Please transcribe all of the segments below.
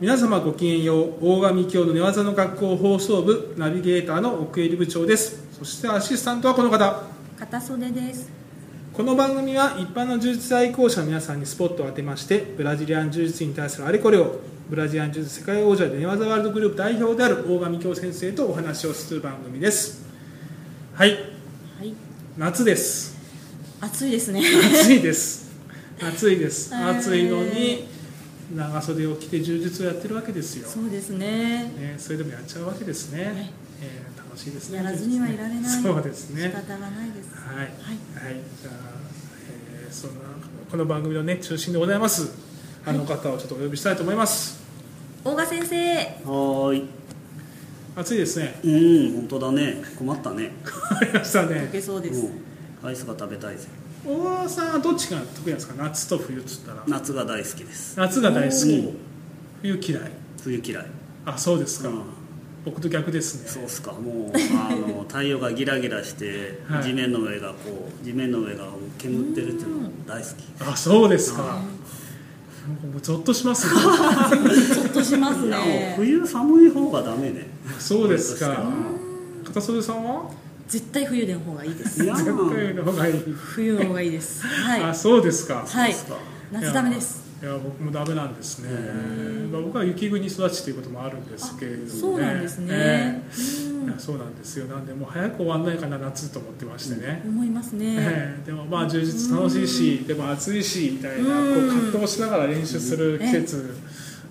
皆様ごきげんよう大神教の寝技の学校放送部ナビゲーターの奥入部長ですそしてアシスタントはこの方片袖ですこの番組は一般の柔術愛好者の皆さんにスポットを当てましてブラジリアン柔術に対するあれこれをブラジリアン柔術世界王者で寝技ワールドグループ代表である大神教先生とお話をする番組ですはいはい夏です暑いですね暑いです暑いですはい暑いのに長袖を着て柔術をやってるわけですよ、そうですねね、それでもやっちゃうわけですね、はいえー楽しいですねやらずにはいられないそうですね仕方がないですはい、はい、じゃあ、えーそんなこの番組のね中心でございますあの方をちょっとお呼びしたいと思います。大賀先生はー暑いですね。い。うん、本当だね。困ったね。ありました受ね。けそうですうん。アイスが食べたいぜ。大川さんはどっちが得意なんですか。夏と冬っつったら。夏が大好きです。夏が大好き。うん冬嫌い。冬嫌い。あ、そうですか。うん僕と逆ですね。そうっすか。もうあ の太陽がギラギラして、はい地面の上がこう地面の上が煙ってるっていうのが大好き。あ、そうですか。うんなんかもうゾッとし ます、ね。ちょっとしますいやもうね冬寒い方がダメね。そうですか冬片袖さんは絶対冬の方がいいでとしすかいや絶対の方がいい。冬の方がいいですはいあ、そうですか。はいそうっすか夏ダメですいやいや僕もダメなんですね、まあ、僕は雪国育ちということもあるんですけれども、ね、そうなんですねええいやそうなんですよなんでもう早く終わんないかな夏と思ってましてね、思いますねええでもまあ充実楽しいしでも暑いしみたいなこううん葛藤しながら練習する季節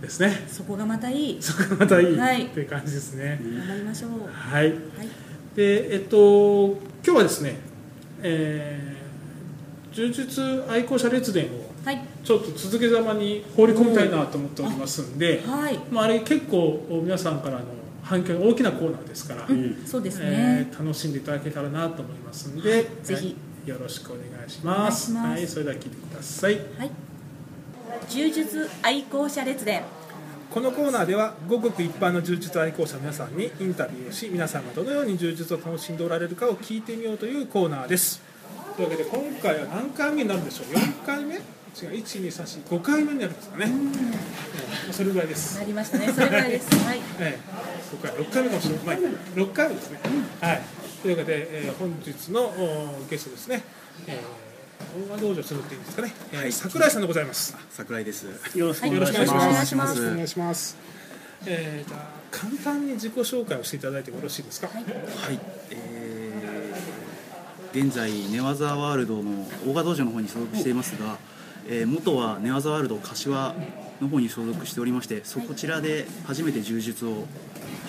ですね、そこがまたいいそこが またいはいいっていう感じですね頑張りましょうはいはいでえっと今日はですね、えー、柔術愛好者列伝をはいちょっと続けざまに放り込みたいなと思っておりますんで、はいまあ、あれ結構皆さんからの反響が大きなコーナーですから、うん。そうですねえー楽しんでいただけたらなと思いますんで、ぜひはいよろしくお願いしますお願いしまはすい、それでは聞いてくださいはい柔術愛好者列伝このコーナーではごく一般の柔術愛好者の皆さんにインタビューをし皆さんがどのように柔術を楽しんでおられるかを聞いてみようというコーナーですというわけで今回は何回目になるんでしょう4回目違う1235回目になるんですかね、うんそれぐらいですなりましたねそれぐらいですはいええ、5回6回目かもしれない、まあいいや、6回目ですね、はい、というわけで、えー本日のおゲストですね、えー、大和道場所属っていうんですかね、えーはい桜井さんでございます桜井です。よろしくおよ願ろいしくしおま願いす。しおま願いすしますお願いします、えー、じゃあ簡単に自己紹介をしていただいてもよろしいですか、はい。えー現在寝技ワールドの大賀道場の方に所属していますが、えー元は寝技ワールド柏の方に所属しておりまして、そこちらで初めて柔術を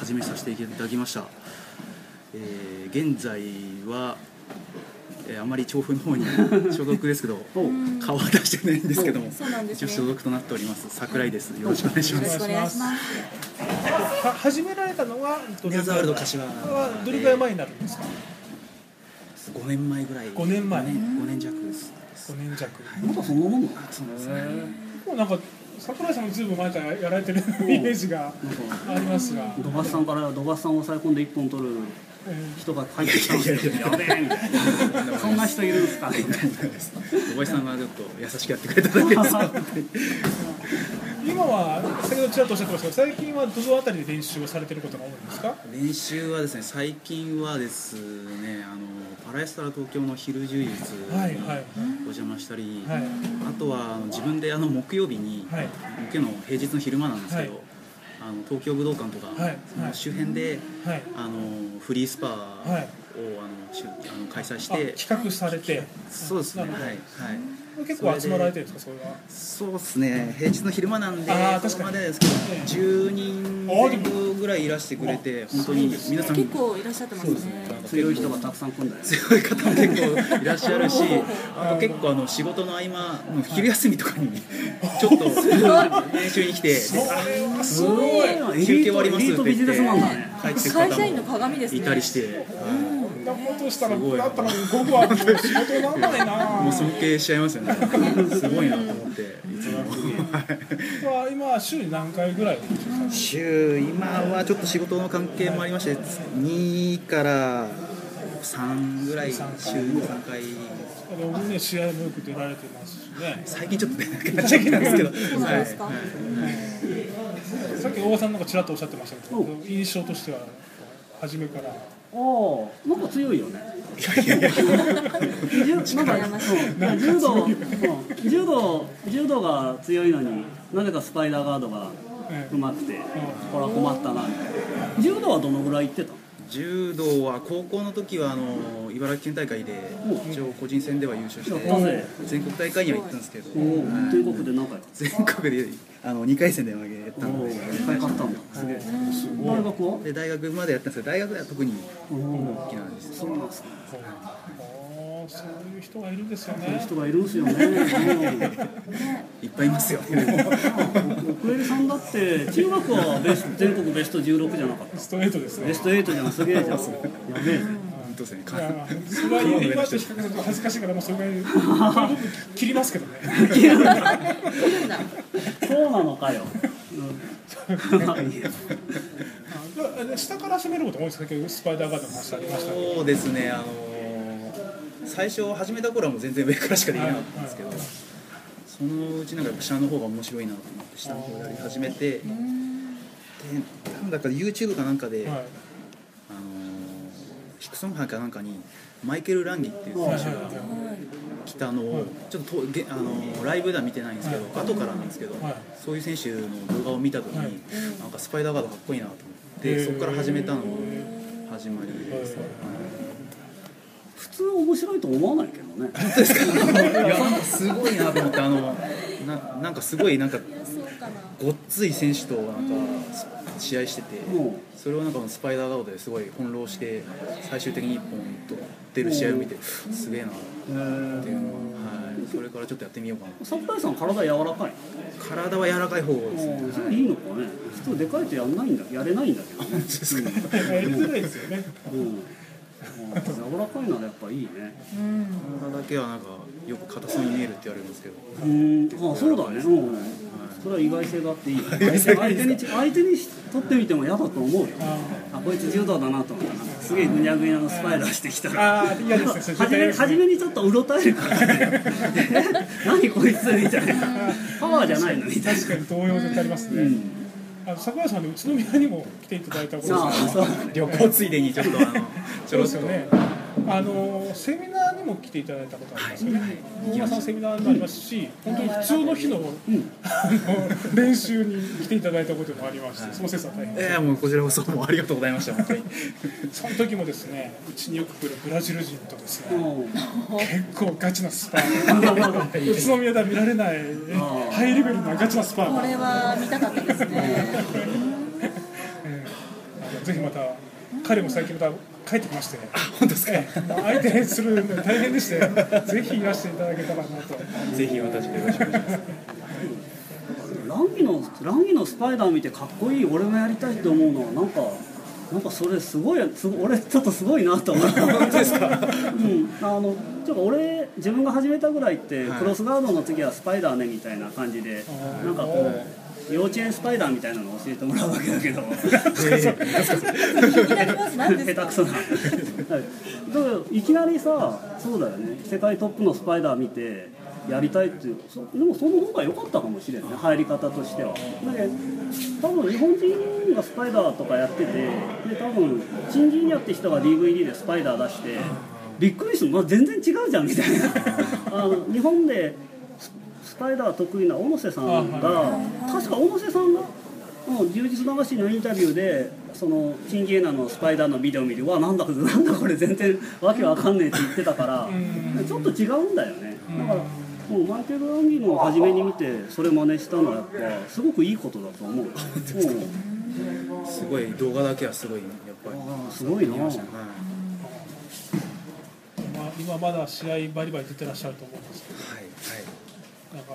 始めさせていただきました。えー現在は。えーあまり調布の方に所属です けど、顔は出してないんですけども、そうなんです一ね応所属となっております。桜井です。よろしくお願いしよまろすし。くお願いしますは始められたのは寝技ワールド柏はどれぐらい前になるんですか5年前ぐらい5年前5年五年弱です5年弱まだそんなもんなの。そうですねもうなんか桜井さんもずいぶん前からやられてるイメージがなんかありますが、土橋さんから土橋さんを抑え込んで一本取るえー人が入ってきたんですよ。やべえみたいな。そんな人いるんですか。小林さんはちょっと優しくやってくれただけです今は先ほどちらっとおっしゃってましたけど最近はどのあたりで練習をされてることが多いんですか練習はですね最近はですねあのパラエスタラ東京の昼柔術はいにはいお邪魔したり、はいあとはあの自分であの木曜日に、はい向けの平日の昼間なんですけど、はいあの東京武道館とか、はいその周辺で、はいあのフリースパを、はいあのしゅあの開催しあて企画されてそうですねなはるいほどはい結構集まられてるんですかそれはそうですね、平日の昼間なんで、あー確そこかにまでですけど、ええ10人前後ぐらいいらしてくれて、本当に皆さん、結構いらっしゃってますね強い人がたくさん来るんだよ。強い方も結構いらっしゃ るし、あと結構あの仕事の合間、もう昼休みと かに、ちょっと練習に来て、ですごい休憩終わりますエリートビジネスマンだね。帰ってく会社員の方も鏡ですねいたりして、こんなことしたらすごいだったら僕はもう仕事になんないもうな尊敬しちゃいます よね、すごいなと思って、いつも。ぁ今は週に何回ぐらい週今はちょっと仕事の関係もありまして2から3ぐらい週三回3回あの僕ね試合もよく出られてますしね最近ちょっと出なくなっちゃいけないんですけどはいすかはいさっき大場さんなんかちらっとおっしゃってましたけど印象としては初めからおーなんか強いよね。柔なんかうん柔道、うん柔道、柔道が強いのに、なぜかスパイダーガードがええうまくて、これは困ったなみたいな。柔道はどのぐらい行ってたの？柔道は高校の時はあの茨城県大会で一応個人戦では優勝しやってたぜ。全国大会には行ったんですけどおお、はい全国で何回か。全国であの2回戦で負けたおのお、でいっぱい勝ったんだ。すげえ。すごい大学は？で大学までやったんですけど大学では特におお好き、なんですそうなんですか。ああそういう人がいるんですよそういうね人がいるんですよね。うんいっぱいいますよ ね奥襟さんだって中学はベスト全国ベスト16じゃなかった。ストレートですねベスト8じゃん。すげえじゃん。やべえ。本当ですねいやそれは今と比較すると恥ずかしいからもうそれぐらいこれ僕切りますけどねそうなのかよ。うん、いやあで下から攻めることが多いです先ほどスパイダーガードの話ありましたけどそうですねあの最初始めた頃はもう全然上からしかできなかったんですけどそのうちなんかやっぱ下の方が面白いなと思って下の方をやり始めてでなんだか YouTube かなんかで、はいあのヒクソンハーかなんかにマイケル・ランギっていう選手が来たのをちょっととげ、あのライブでは見てないんですけど、後からなんですけど、はいそういう選手の動画を見た時に、はいなんかスパイダーガードかっこいいなと思って、へーそこから始めたのが始まりですね、普通面白いと思わないけどね。いやなんかすごいなと思ってあのななんかすごいなんかごっつい選手となんか試合してて、うんそれをなんかスパイダーガードですごい翻弄して最終的に一本出る試合を見て、すげえなっていうのは、はい、それからちょっとやってみようかな桜井さん体柔らかい。体は柔らかい方ですね、うんそれいいのかね。普通でかいとやんないんだ、やれないんだけどね。やりづらいですよねうんうん柔らかいならやっぱいいね。体だけはなんかよく硬そうに見えるって言われるんですけどうん、あ、そうだね。うんうん、それは意外性があっていい。相手に相手に取ってみても嫌だと思うよ。あ、こいつ柔道だなと思ったな。すげえぐにゃぐにゃのスパイダーしてきたら。ああ嫌ですねそれ初め絶対初めにちょっとうろたえるからねえ 何こいつみたいなパワーじゃないのみたいな確かに動揺絶対ありますね、あの桜井さんの宇都宮にも来ていただいたことあであすそう旅行ついでにちょっ とあのちそょうでろっすとよねあのセミナーにも来ていただいたことありますよね大山さんのセミナーもありますし本当に普通の日の,、あの練習に来ていただいたこともありまして、その説は大変えーもうこちらこそもうありがとうございました本当に その時もですねうちによく来るブラジル人とですね、うん結構ガチなスパー宇都宮では見られないハイレベルなガチなスパーこれは見たかったですね。ぜひまた彼も最近また帰ってきまして本当ですかええ相手するの大変でしてぜひいらしていただけたらなとぜひ私でよろしくお願いしますランギのランギのスパイダー見てかっこいい俺もやりたいって思うのはなんかなんかそれすごいすご俺ちょっとすごいなと思う本ですか、うん、あのちょっと俺自分が始めたぐらいって、クロスガードの次はスパイダーねみたいな感じで、なんかこう幼稚園スパイダーみたいなのを教えてもらうわけだけど、気になります。何下です手か。くそなはいだからいきなりさそうだよね世界トップのスパイダー見てやりたいっていうそでもその方が良かったかもしれないね入り方としてはだけど多分日本人がスパイダーとかやっててで多分チンギーニャって人が DVD でスパイダー出してびっくりする、まあ、全然違うじゃんみたいなあの日本でススパイダー得意な小野瀬さんが確か小野瀬さんがもう充実流しのインタビューでそのチンギエナのスパイダーのビデオを見て「わなんだこれなんだこれ全然わけわかんねえ」って言ってたからちょっと違うんだよねだからもうマイケル・ランギーのを初めに見てそれ真似したのはやっぱすごくいいことだと思ううんすごい動画だけはすごいやっぱりあーすごいな見ましたねまあ今まだ試合バリバリ出てらっしゃると思うんですけはいはいどなん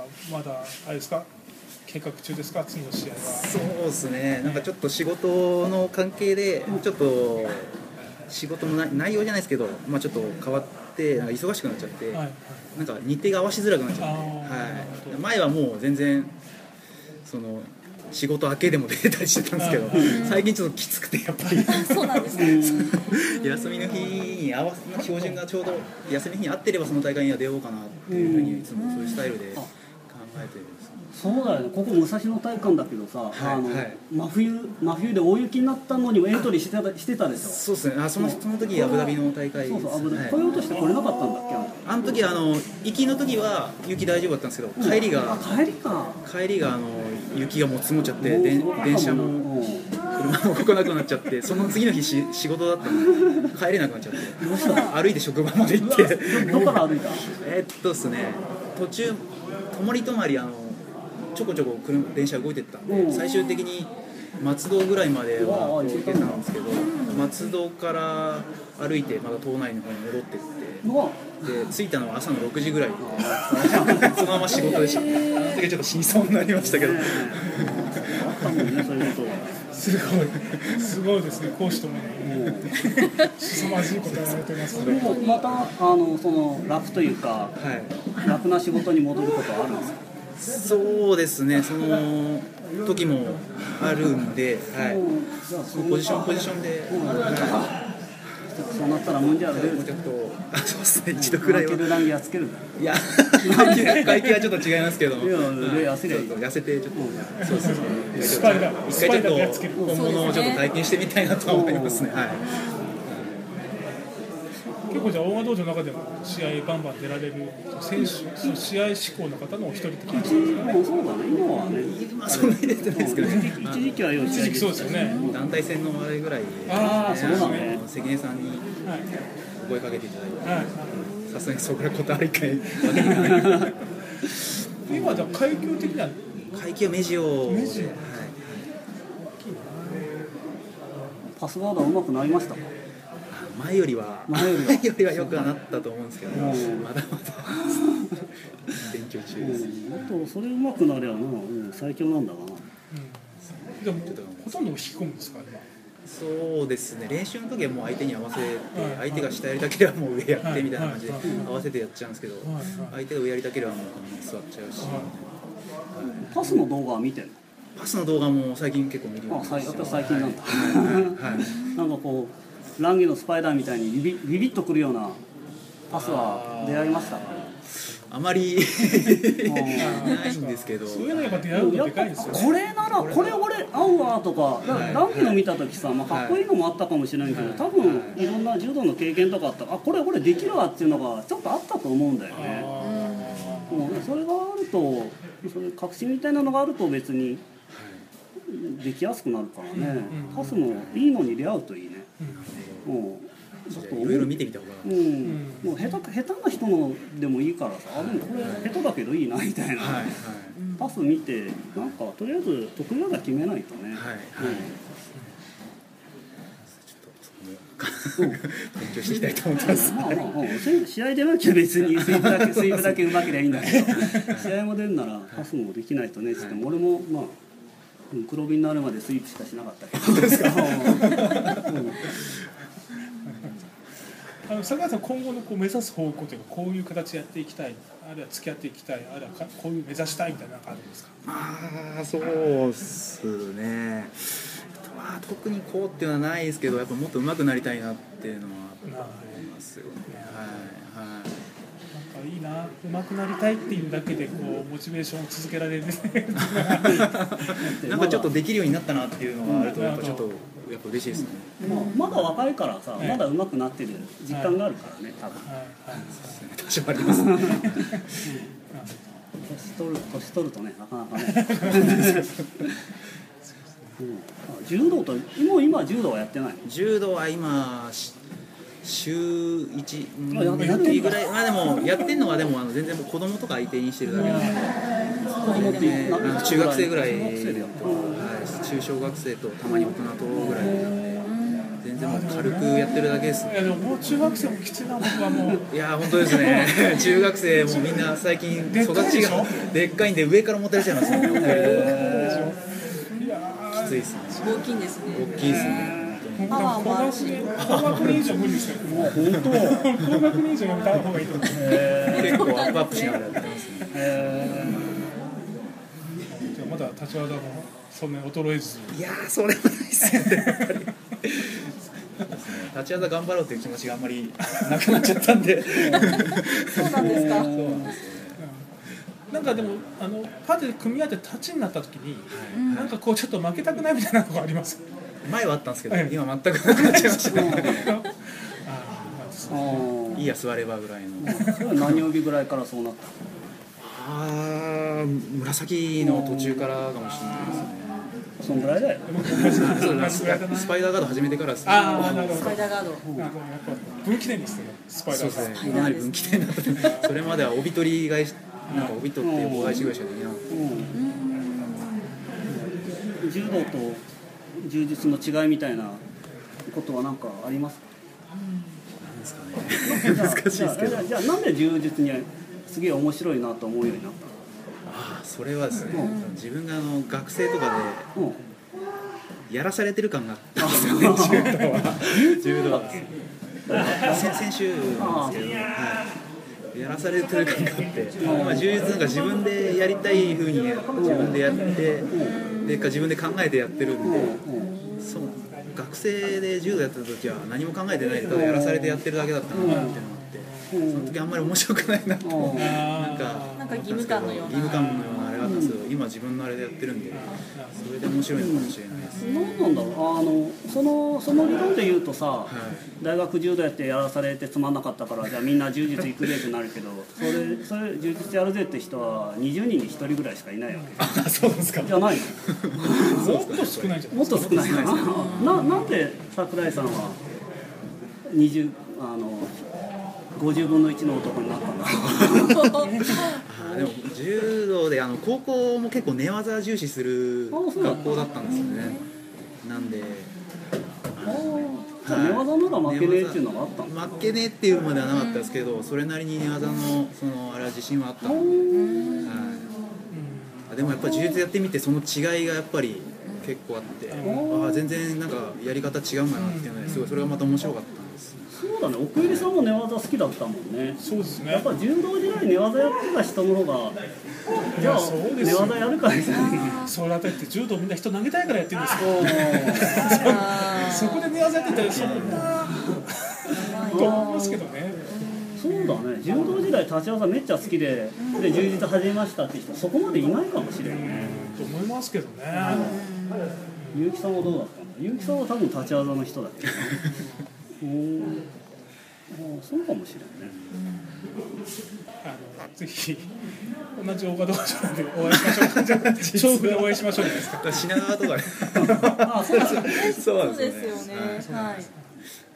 かまだあれですか計画中ですか次の試合はそうですね、なんかちょっと仕事の関係で、ちょっと仕事のな内容じゃないですけど、まあ、ちょっと変わって、なんか忙しくなっちゃって、はいはいなんか日程が合わしづらくなっちゃって、あーなるはほい、前はもう全然、その仕事明けでも出てたりしてたんですけど最近ちょっときつくてやっぱりそうなんですね。 休みの日に合わせ標準がちょうど休みの日に合ってればその大会には出ようかなっていうふうにいつもそういうスタイルで考えてるんですねそうだよねここ武蔵野体育館だけどさ、あのはい真冬真冬で大雪になったのにもエントリーしてたしてたでしょそうですねあそのその時アブダビの大会ですそうそう危ない、はい来ようとして来れなかったんだっけあのあの時あの行きの時は雪大丈夫だったんですけど帰りがあ帰りか帰りがあの雪がもう積もっちゃってでん電車もうん車も来なくなっちゃってその次の日し仕事だったんで帰れなくなっちゃって歩いて職場まで行ってどどこから歩いたえーっとですね途中泊まり泊まりあのちょこちょこ車電車動いてったんで、うん最終的に松戸ぐらいまでうわはー行けたんですけど松戸から歩いてまた島内の方に戻ってってので着いたのは朝の6時ぐらい そのまま仕事でしたあの時はちょっと死にそうになりましたけど、あったもんねそういうことすごいすごいですね講師ともに凄まじいことをやられてますねでもまたあのその楽というかはい楽な仕事に戻ることはあるんですかそうですねその時もあるんで、はうんじゃあそい、うポジションポジションで、うんはそうなったらもんじゃらい、出もるうちょっとあそうですね一度くらいはマイケルランゲやっつけるいや、外気外気はちょっと違いますけども、いやうん痩せりゃいいちょっと痩せて、ちょっと、そうですね、スパイダー一スパ回イちダーやょっっつとける本物をちょっと体験してみたいなとは思いますね、はい、結構じゃあ大和道場の中でも試合バンバン出られる選手その試合志向の方のお一人って感一じ時もうそうだね今はねまあ、そんなに出てないですけど、一時期はよ一時期そうですよね団体戦のあれぐらいで、ああそうですねの関根さんにはいお声かけていただいて、はいさすがにそこから答え一回、わけにいかない今じゃあ階級的には会計は目白で、目白はいパスワードはうまくなりましたか前よりは、前よりは前よりは良くはなったと思うんですけど、まだうんまだ 勉強中です。あとそれうまくなりゃな、うん、最強なんだかなでもほとんど引き込むんですからねそうですね練習の時はもう相手に合わせて相手が下やりたければもう上やってみたいな感じではいはい合わせてやっちゃうんですけどはい相手が上やりたければもう座っちゃうしパスの動画は見てるパスの動画も最近結構見るようあにさいやっぱり最近なんだ、はいはい なんかこうランゲのスパイダーみたいにビビビビッとくるようなパスは出会いましたかあ まり ないんですけどそういうのやっぱ出会うのやでっかぱいですよねこれならこれ俺合うわとかだからランゲの見た時さ、まあ、かっこいいのもあったかもしれないけど多分いろんな柔道の経験とかあったらあこれ俺できるわっていうのがちょっとあったと思うんだよねうんそれがあるとそういう確信みたいなのがあると別にできやすくなるからね、パスもいいのに出会うといいね、うん、ちょっといろいろ見てみた方がうん、もう下手下手な人のでもいいからさあでもこれ下手だけどいいなみたいな、はいはいパス見てなんかとりあえず得意技決めないとね、はいはいちょっとそこも 勉強していきたいと思ってますうんまあまあ、うんせ試合出なきゃ別にスイープだけスイープだけうまけりゃいいんだけど試合も出るならパスもできないとねっつっても俺もまあうん黒帯になるまでスイープしかしなかったけどうんうんあの坂井さん今後のこう目指す方向というかこういう形でやっていきたいあるいは付き合っていきたいあるいはかこういう目指したいみたいなのがあるんですかああそうっすねまあ特にこうっていうのはないですけどやっぱもっと上手くなりたいなっていうのはありなあますよねはいはいなんかいいな上手くなりたいっていうだけでこうモチベーションを続けられる ね なんかちょっとできるようになったなっていうのがあるとやっぱちょっとやっぱ嬉しいですねまあまだ若いからさまだ上手くなってる実感があるからね多分はいはい多少ありますね年取る年取るとねなかなかね、うんあ柔道ともう今柔道はやってない柔道は今し週1あやうんやってんだいいぐらいまあでもやってんのはでもあの全然もう子供とか相手にしてるだけなんで子供ってねあの中学生ぐらい中学生でやってるはい中小学生とたまに大人とぐらいなんで全然もう軽くやってるだけですねいやでももう中学生もきついな僕はもういやー本当です ね中学生もみんな最近でっか育いちでしがょでっかいんで上から持たれちゃいますねいやきついですね大きいんですね。大きいですねーパワーもあるし高学年以上無理ですよあ本当高学年以上やめた方がいいと思う結構アップアップしながらやってますねへじゃあまだ立ち技もそんなに衰えずいやーそれはないですよねやっぱり立ち技頑張ろうという気持ちがあんまりなくなっちゃったんでそうなんですか。なんかでもあのパズル組み合って立ちになった時に、なんかこうちょっと負けたくないみたいなのがあります前はあったんですけどはい今全くなくなっちゃいましたあーまあですあーいいや座ればぐらいのそれは何曜日ぐらいからそうなったああ紫の途中からかもしれないですねそんぐらいだよそうだスパスパイダーガード始めてからですねああなるほどスパイダーガード。なんかやっぱ分岐点ですねスパイダそうーでがすねかなり分岐点だったんでそれまでは帯取り返しなんか帯取って棒返しぐらいしかできなかっうん柔道と柔術の違いみたいなことは何かありますかたんですかね難しいですけどじゃあなんで柔術にすげえ面白いなと思うようになっああそれはですね自分があの学生とかたの、うん、でやらされてる感があったんですよね柔道は柔道は先先週なんですけど、はい、やらされてる感があって、まあ、柔術なんか自分でやりたい風にや自分でやってでか自分で考えてやってるんでそう学生で柔道やってた時は何も考えてないでただやらされてやってるだけだったなっていうのがあってその時あんまり面白くないなってなんかなんか義務感のような義務感のようなあれがあったんですけど今自分のあれでやってるんでそれで面白いのかもしれないです何なんだろうあのそのその理論で言うとさ、大学柔道やってやらされてつまんなかったからじゃあみんな柔術行くぜってなるけどそれそれ柔術やるぜって人は20人に1人ぐらいしかいないわけあそうですかじゃないもっと少ないじゃないのもっと少ないかなななんで桜井さんは20あの50分の1の男になったんだろうあでも柔道であの高校も結構寝技重視するあそうなんだ学校だったんですよねなんでじゃあ寝技なら負けねえっていうのがあったんだ負けねえっていうまではなかったですけどそれなりに寝技のそのあれは自信はあったので、はい、あでもやっぱり柔術やってみてその違いがやっぱり結構あってああ全然なんかやり方違うんだなっていうのですごいそれがまた面白かったんですそうだね奥入さんも寝技好きだったもんねそうですやねっぱ柔道時代寝技やってた人の方がじゃあそうです寝よ技やるかみたいなそれだって柔道みんな人投げたいからやってるんですよおー そこで寝技やってたらそんなと思いますけどねそうだね柔道時代立ち技めっちゃ好きでで充実始めましたって人そこまでいないかもしれんねと思いますけどね結城さんはどうだったの結城さんは多分立ち技の人だ けどねおーあーそうかもしれんねあのぜひ同じ大賀道場でお会いしましょう調布でお会いしましょうじゃないですか品川とかねあそうですそうですよね。はい。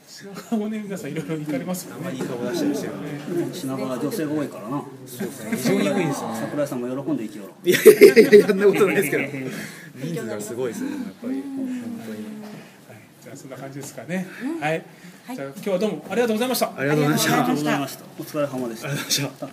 品川もね皆さんいろいろ行かれますよあんまりねいい顔出したりしてるんで品川は女性が多いからな非常に良いですよね桜井さんも喜んで生きよういやいやいやいやそんなことないですけど人数がすごいですねやっぱり本当にはいじゃあそんな感じですかねはいじゃあ今日はどうもありがとうございましたありがとうございましたありがとうございましたお疲れ様でした